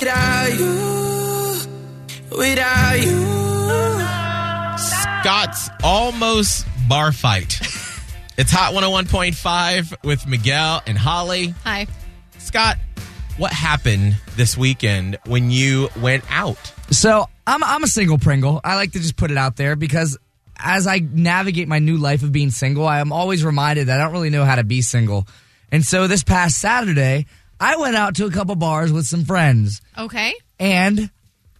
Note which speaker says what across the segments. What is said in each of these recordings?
Speaker 1: Without you, without you.
Speaker 2: Scott's almost bar fight. It's Hot 101.5 with Miguel and Holly.
Speaker 3: Hi.
Speaker 2: Scott, what happened this weekend when you went out?
Speaker 4: So I'm I'm a single Pringle. I like to just put it out there because as I navigate my new life of being single, I am always reminded that I don't really know how to be single. And so this past Saturday, I went out to a couple bars with some friends,
Speaker 3: Okay.
Speaker 4: and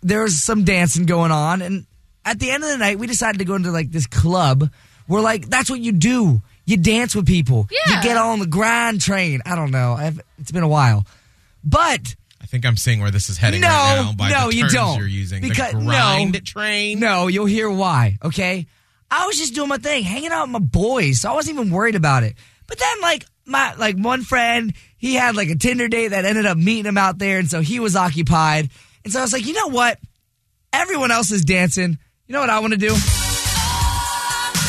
Speaker 4: there was some dancing going on. And at the end of the night, we decided to go into like this club. We're like, that's what you do. You dance with people.
Speaker 3: Yeah.
Speaker 4: You get on the grind train. I don't know. I've, it's been a while, but.
Speaker 2: I think I'm seeing where this is heading
Speaker 4: No,
Speaker 2: right now by
Speaker 4: no,
Speaker 2: the
Speaker 4: you
Speaker 2: terms
Speaker 4: don't.
Speaker 2: you're using.
Speaker 4: Because-
Speaker 2: the
Speaker 4: no.
Speaker 2: grind train.
Speaker 4: No, you'll hear why, okay? I was just doing my thing, hanging out with my boys, so I wasn't even worried about it. But then like my like one friend, he had like a Tinder date that ended up meeting him out there, and so he was occupied. And so I was like, you know what? Everyone else is dancing. You know what I want to do?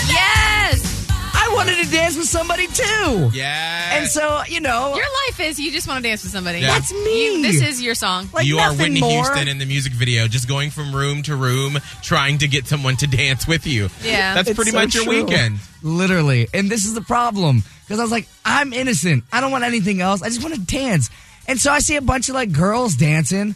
Speaker 3: Yes.
Speaker 4: I wanted to dance with somebody too.
Speaker 2: Yeah.
Speaker 4: And so, you know,
Speaker 3: Your life is you just want to dance with somebody.
Speaker 2: Yeah.
Speaker 4: that's me.
Speaker 3: You- this is your song.
Speaker 4: like
Speaker 2: you are
Speaker 4: nothing
Speaker 2: Whitney
Speaker 4: more.
Speaker 2: Houston in the music video, just going from room to room, trying to get someone to dance with you.
Speaker 3: Yeah.
Speaker 2: That's
Speaker 4: It's
Speaker 2: pretty
Speaker 4: so
Speaker 2: much your
Speaker 4: true.
Speaker 2: weekend.
Speaker 4: Literally. And this is the problem. Because I was like, I'm innocent. I don't want anything else. I just want to dance. And so I see a bunch of like girls dancing.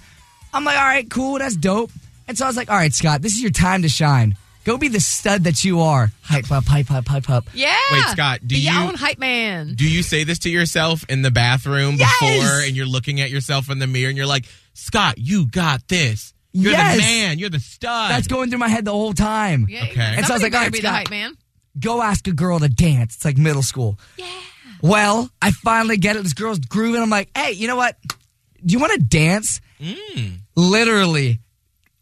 Speaker 4: I'm like, all right, cool. That's dope. And so I was like, all right, Scott, this is your time to shine. Go be the stud that you are. Hype up, hype up, hype up.
Speaker 3: Yeah.
Speaker 2: Wait, Scott, do
Speaker 3: Be
Speaker 2: you-
Speaker 3: your own hype man?
Speaker 2: Do you say this to yourself in the bathroom
Speaker 4: Yes!
Speaker 2: before and you're looking at yourself in the mirror and you're like, Scott, you got this. You're
Speaker 4: Yes!
Speaker 2: the man. You're the stud.
Speaker 4: That's going through my head the whole time.
Speaker 3: Yeah,
Speaker 2: Okay. And
Speaker 4: so I was
Speaker 3: somebody
Speaker 4: like,
Speaker 3: better
Speaker 4: all right,
Speaker 3: be the
Speaker 4: Scott.
Speaker 3: hype man.
Speaker 4: Go ask a girl to dance. It's like middle school. Yeah. Well, I finally get it. This girl's grooving. I'm like, hey, you know what? Do you want to dance? literally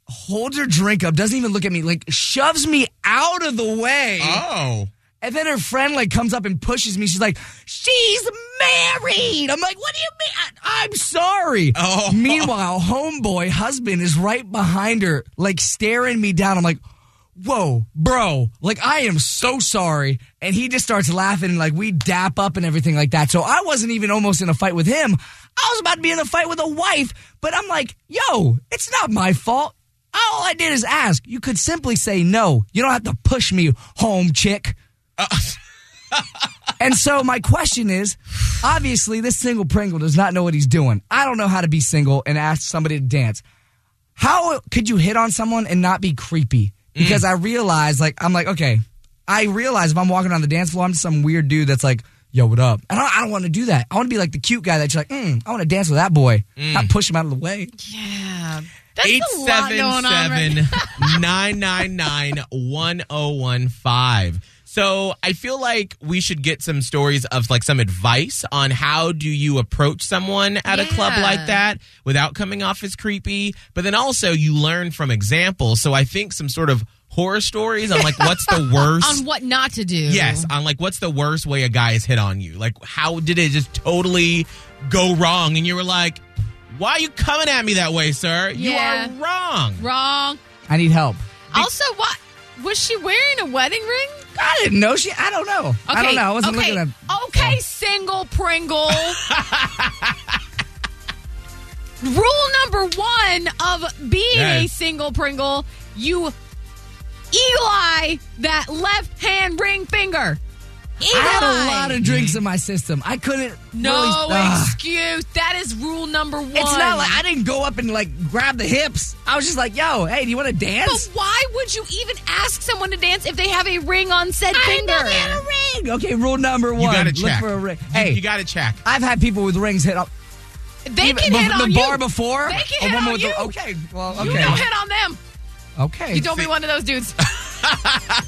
Speaker 4: holds her drink up, doesn't even look at me, like shoves me out of the way.
Speaker 2: Oh.
Speaker 4: And then her friend like comes up and pushes me. She's like, "She's married." I'm like, "What do you mean? I- I'm sorry."
Speaker 2: Oh.
Speaker 4: Meanwhile, homeboy husband is right behind her, like staring me down. I'm like, "Whoa, bro! Like I am so sorry." And he just starts laughing, and like we dap up and everything like that. So I wasn't even almost in a fight with him. I was about to be in a fight with a wife, but I'm like, "Yo, it's not my fault." All I did is ask. You could simply say no. You don't have to push me home, chick. And so my question is, obviously this single Pringle does not know what he's doing. I don't know how to be single and ask somebody to dance. How could you hit on someone and not be creepy? Because I realize, like, I'm like, okay, I realize if I'm walking on the dance floor, I'm just some weird dude that's like, yo, what up? And I don't, I don't want to do that. I want to be like the cute guy that's like, mm, I want to dance with that boy, not push him out of the way.
Speaker 3: Yeah. That's
Speaker 2: Eight
Speaker 3: a lot
Speaker 2: seven
Speaker 3: going on. Right
Speaker 2: seven nine nine nine one zero one five. So I feel like we should get some stories of like some advice on how do you approach someone at a club
Speaker 3: Yeah.
Speaker 2: like that without coming off as creepy. But then also you learn from examples. So I think some sort of horror stories on like what's the worst
Speaker 3: on what not to do.
Speaker 2: Yes,
Speaker 4: Mm-hmm.
Speaker 2: on like what's the worst way a guy has hit on you? Like how did it just totally go wrong and you were like, "Why are you coming at me that way, sir?
Speaker 3: Yeah.
Speaker 2: You are wrong."
Speaker 3: Wrong.
Speaker 4: I need help.
Speaker 3: Also, what was she wearing? A wedding ring?
Speaker 4: I didn't know she. I don't know. I don't know. I wasn't
Speaker 3: okay,
Speaker 4: looking at.
Speaker 3: Okay, single Pringle. Rule number one of being a
Speaker 2: Yes.
Speaker 3: single Pringle, you eagle eye that left hand ring finger. Eagle
Speaker 4: I had a
Speaker 3: eye.
Speaker 4: lot of drinks in my system. I couldn't. really,
Speaker 3: Oh no
Speaker 4: Ugh.
Speaker 3: excuse. That is rule number one.
Speaker 4: It's not like I didn't go up and like grab the hips. I was just like, "Yo, hey, do you want to
Speaker 3: But
Speaker 4: dance?"
Speaker 3: why would you even ask someone to dance if they have a ring on said finger?
Speaker 4: ring. Okay, rule number one:
Speaker 2: You got to
Speaker 4: look
Speaker 2: check.
Speaker 4: for a ring.
Speaker 2: You-
Speaker 4: Hey,
Speaker 2: You, got to check.
Speaker 4: I've had people with rings hit up
Speaker 3: They
Speaker 4: even
Speaker 3: can
Speaker 4: bef-
Speaker 3: hit
Speaker 4: the
Speaker 3: on
Speaker 4: bar
Speaker 3: you.
Speaker 4: before. Oh,
Speaker 3: They can
Speaker 4: a
Speaker 3: hit
Speaker 4: woman
Speaker 3: on
Speaker 4: with
Speaker 3: you.
Speaker 4: The, okay, well,
Speaker 3: You
Speaker 4: okay,
Speaker 3: don't hit on them.
Speaker 4: okay.
Speaker 3: You don't be one of those dudes.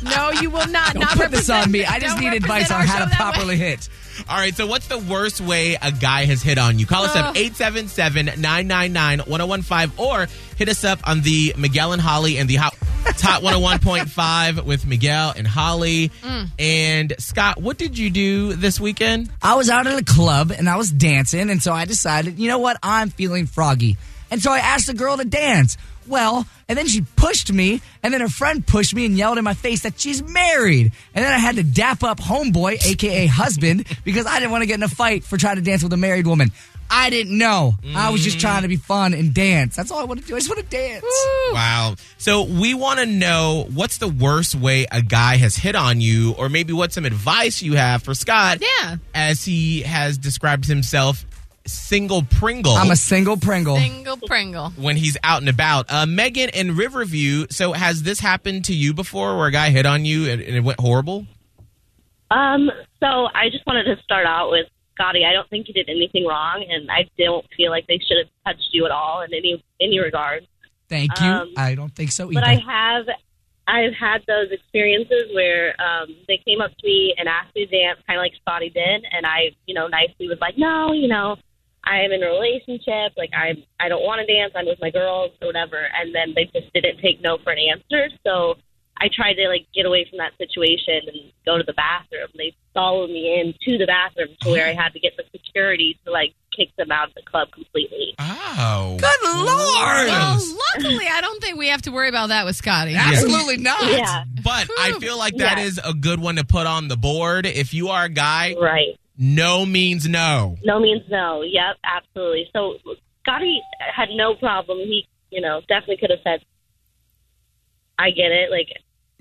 Speaker 3: no, you will not.
Speaker 4: Don't
Speaker 3: not
Speaker 4: put this
Speaker 3: represent-
Speaker 4: on me. I just
Speaker 3: don't
Speaker 4: need advice
Speaker 3: represent
Speaker 4: on how
Speaker 3: our
Speaker 4: to
Speaker 3: show that way.
Speaker 4: properly hit.
Speaker 2: All right, so what's the worst way a guy has hit on you? Call us up 877-999-1015 or hit us up on the Miguel and Holly and the Hot, it's Hot 101.5 with Miguel and Holly.
Speaker 4: Mm.
Speaker 2: And Scott, what did you do this weekend?
Speaker 4: I was out at a club and I was dancing, and so I decided, you know what, I'm feeling froggy. And so I asked the girl to dance. Well, and then she pushed me, and then her friend pushed me and yelled in my face that she's married. And then I had to dap up homeboy, aka husband, because I didn't want to get in a fight for trying to dance with a married woman. I didn't know. I was just trying to be fun and dance. That's all I want to do. I just want to dance.
Speaker 2: Wow. So we want to know what's the worst way a guy has hit on you, or maybe what some advice you have for Scott.
Speaker 3: Yeah.
Speaker 2: As he has described himself, single Pringle.
Speaker 4: I'm a single Pringle.
Speaker 3: Single Pringle.
Speaker 2: when he's out and about. Uh, Megan in Riverview. So has this happened to you before, where a guy hit on you and, and it went horrible?
Speaker 5: Um, so I just wanted to start out with Scotty. I don't think you did anything wrong, and I don't feel like they should have touched you at all in any any regard.
Speaker 4: Thank you.
Speaker 5: Um,
Speaker 4: I don't think so either.
Speaker 5: But I have I've had those experiences where um, they came up to me and asked me to dance, kind of like Scotty did, and I, you know, nicely was like, no, you know, I am in a relationship, like I I don't want to dance, I'm with my girls or whatever, and then they just didn't take no for an answer, so. I tried to like get away from that situation and go to the bathroom. They followed me in to the bathroom to where I had to get the security to like kick them out of the club completely.
Speaker 2: Oh,
Speaker 4: Good lord!
Speaker 3: Well, luckily, I don't think we have to worry about that with Scotty.
Speaker 4: Absolutely not.
Speaker 5: Yeah,
Speaker 2: But I feel like that
Speaker 5: Yeah.
Speaker 2: is a good one to put on the board. If you are a guy,
Speaker 5: right.
Speaker 2: no means no.
Speaker 5: No means no. Yep, absolutely. So Scotty had no problem. He, you know, definitely could have said, "I get it. Like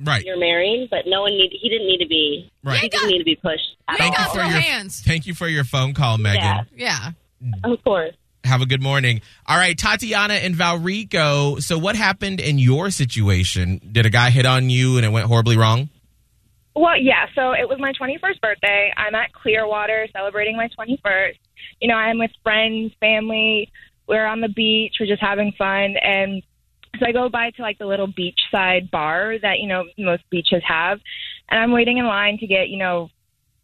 Speaker 2: Right,
Speaker 5: you're marrying," but no one need. He didn't need to be.
Speaker 2: right.
Speaker 5: He didn't need to be pushed at
Speaker 3: You ain't
Speaker 5: all.
Speaker 3: got
Speaker 2: for
Speaker 3: no
Speaker 2: your-
Speaker 3: hands.
Speaker 2: Thank you for your phone call, Megan.
Speaker 5: Yeah.
Speaker 3: Yeah.
Speaker 5: Of course.
Speaker 2: Have a good morning. All right, Tatiana and Valrico. So, what happened in your situation? Did a guy hit on you and it went horribly wrong?
Speaker 6: Well, yeah. So it was my 21st birthday. I'm at Clearwater celebrating my 21st. You know, I'm with friends, family. We're on the beach. We're just having fun. And so I go by to like the little beachside bar that, you know, most beaches have. And I'm waiting in line to get, you know,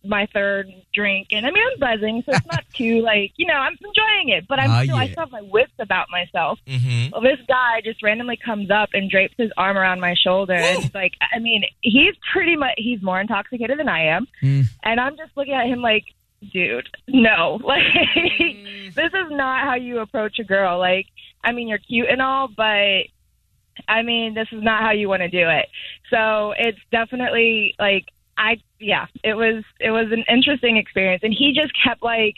Speaker 6: my third drink. And I mean, I'm buzzing, so it's not too like, you know, I'm enjoying it, but I'm
Speaker 4: Ah,
Speaker 6: still, I
Speaker 4: yeah.
Speaker 6: still have my wits about myself.
Speaker 2: Mm-hmm.
Speaker 6: Well, this guy just randomly comes up and drapes his arm around my shoulder. And it's like, I mean, he's pretty much, he's more intoxicated than I am.
Speaker 4: Mm.
Speaker 6: And I'm just looking at him like, dude, no. Like, this is not how you approach a girl. Like, I mean, you're cute and all, but I mean, this is not how you want to do it. So it's definitely like, I, yeah, it was, it was an interesting experience. And he just kept like,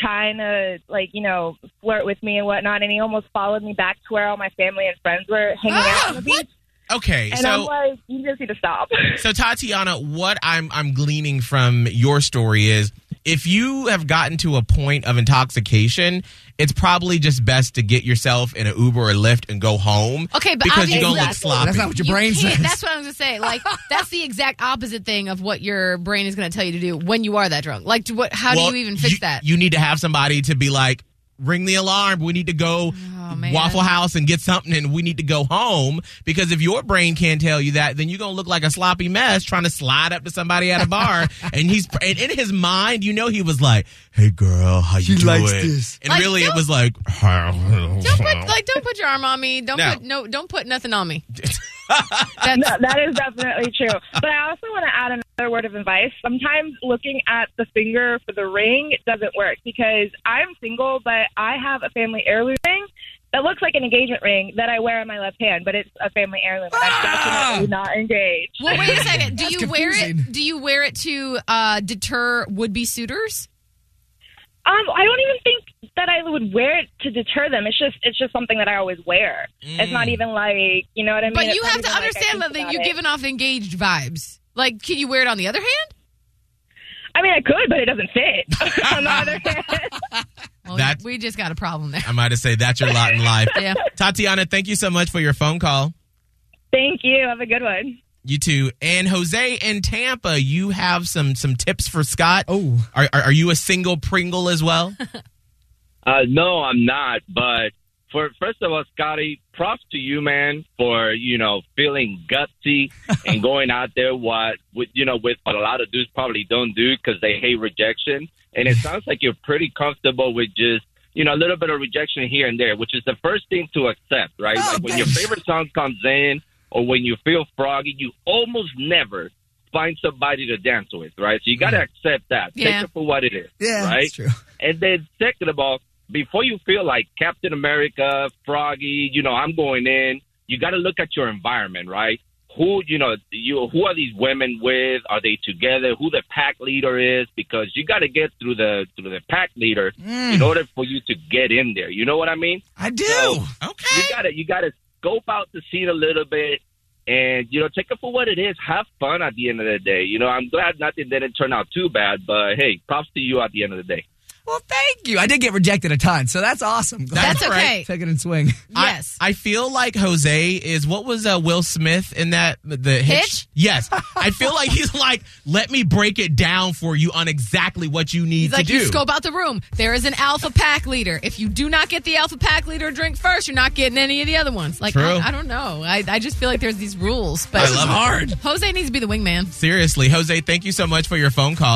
Speaker 6: trying to like you know flirt with me and whatnot and he almost followed me back to where all my family and friends were hanging out on the beach
Speaker 2: Okay,
Speaker 6: and
Speaker 2: so
Speaker 6: i'm like you just need to stop
Speaker 2: So Tatiana, what I'm I'm gleaning from your story is if you have gotten to a point of intoxication, it's probably just best to get yourself in an Uber or Lyft and go home.
Speaker 3: Okay, but
Speaker 2: because you don't look
Speaker 3: obviously-
Speaker 2: sloppy.
Speaker 4: That's not what your brain
Speaker 3: can't-
Speaker 4: says.
Speaker 3: That's what I was gonna say. Like that's the exact opposite thing of what your brain is gonna tell you to do when you are that drunk. Like, do what? How
Speaker 2: Well,
Speaker 3: do you even fix that?
Speaker 2: You need to have somebody to be like, ring the alarm. We need to go
Speaker 3: Oh, man.
Speaker 2: Waffle House and get something, and we need to go home. Because if your brain can't tell you that, then you're gonna look like a sloppy mess trying to slide up to somebody at a bar. and he's and in his mind, you know, he was like, "Hey, girl, how you
Speaker 4: She
Speaker 2: doing?"
Speaker 4: likes this.
Speaker 2: And
Speaker 3: Like,
Speaker 2: really, it
Speaker 3: don't-
Speaker 2: was like,
Speaker 3: don't put like don't put your arm on me. Don't
Speaker 2: No.
Speaker 3: put no. Don't put nothing on me. That's
Speaker 6: No, that is definitely true but i also want to add another word of advice sometimes looking at the finger for the ring doesn't work because i'm single but i have a family heirloom ring that looks like an engagement ring that i wear on my left hand but it's a family heirloom and i'm
Speaker 3: Ah!
Speaker 6: definitely not engaged
Speaker 3: well. Wait a second. Do
Speaker 4: That's
Speaker 3: you wear
Speaker 4: confusing.
Speaker 3: it? Do you wear it to uh, deter would be suitors?
Speaker 6: Um, I don't even think that I would wear it to deter them. It's just it's just something that I always wear. It's not even like you know what I mean.
Speaker 3: Mm. But
Speaker 6: It's
Speaker 3: you
Speaker 6: not
Speaker 3: have to
Speaker 6: even like I
Speaker 3: understand
Speaker 6: think
Speaker 3: that
Speaker 6: about
Speaker 3: you're
Speaker 6: it.
Speaker 3: giving off engaged vibes. Like, can you wear it on the other hand?
Speaker 6: I mean, I could, but it doesn't fit. on the other hand,
Speaker 3: Well,
Speaker 2: That-
Speaker 3: we just got a problem there.
Speaker 2: I might have said that's your lot in life.
Speaker 3: Yeah.
Speaker 2: Tatiana, thank you so much for your phone call.
Speaker 6: thank you. Have a good one.
Speaker 2: You too. And Jose in Tampa, you have some some tips for Scott.
Speaker 4: Oh.
Speaker 2: Are, are, are you a single Pringle as well?
Speaker 7: Uh, no, I'm not. But for first of all, Scotty, props to you, man, for you know feeling gutsy and going out there what with you know with what a lot of dudes probably don't do because they hate rejection. And it sounds like you're pretty comfortable with just you know a little bit of rejection here and there, which is the first thing to accept, right?
Speaker 4: Oh,
Speaker 7: like when your
Speaker 4: thanks.
Speaker 7: favorite song comes in or when you feel froggy, you almost never find somebody to dance with, right? So you got to accept that,
Speaker 3: Yeah.
Speaker 7: take it for what it is,
Speaker 4: Yeah,
Speaker 7: right?
Speaker 4: that's true.
Speaker 7: And then second of all, before you feel like Captain America, Froggy, you know, I'm going in, you got to look at your environment, right? Who, you know, you who are these women with? Are they together? Who the pack leader is? Because you got to get through the through the pack leader
Speaker 4: Mm.
Speaker 7: in order for you to get in there. You know what I mean?
Speaker 4: I do.
Speaker 7: So-
Speaker 2: Okay.
Speaker 7: you gotta you gotta scope out the scene a little bit and you know take it for what it is have fun at the end of the day you know i'm glad nothing didn't turn out too bad but hey props to you at the end of the day
Speaker 4: Well, thank you. I did get rejected a ton, so that's awesome.
Speaker 2: That's
Speaker 3: That's okay.
Speaker 4: Take it and swing.
Speaker 2: I-
Speaker 3: Yes.
Speaker 2: I, feel like Jose is what was uh, Will Smith in that the hitch?
Speaker 3: Hitch?
Speaker 2: Yes. I feel like he's like, let me break it down for you on exactly what you need
Speaker 3: He's like,
Speaker 2: to
Speaker 3: you
Speaker 2: do.
Speaker 3: scope out the room. There is an alpha pack leader. If you do not get the alpha pack leader drink first, you're not getting any of the other ones. Like,
Speaker 2: True.
Speaker 3: I, I don't know. I, I just feel like there's these rules. But
Speaker 2: I love it.
Speaker 3: Jose needs to be the wingman.
Speaker 2: Seriously, Jose, thank you so much for your phone call.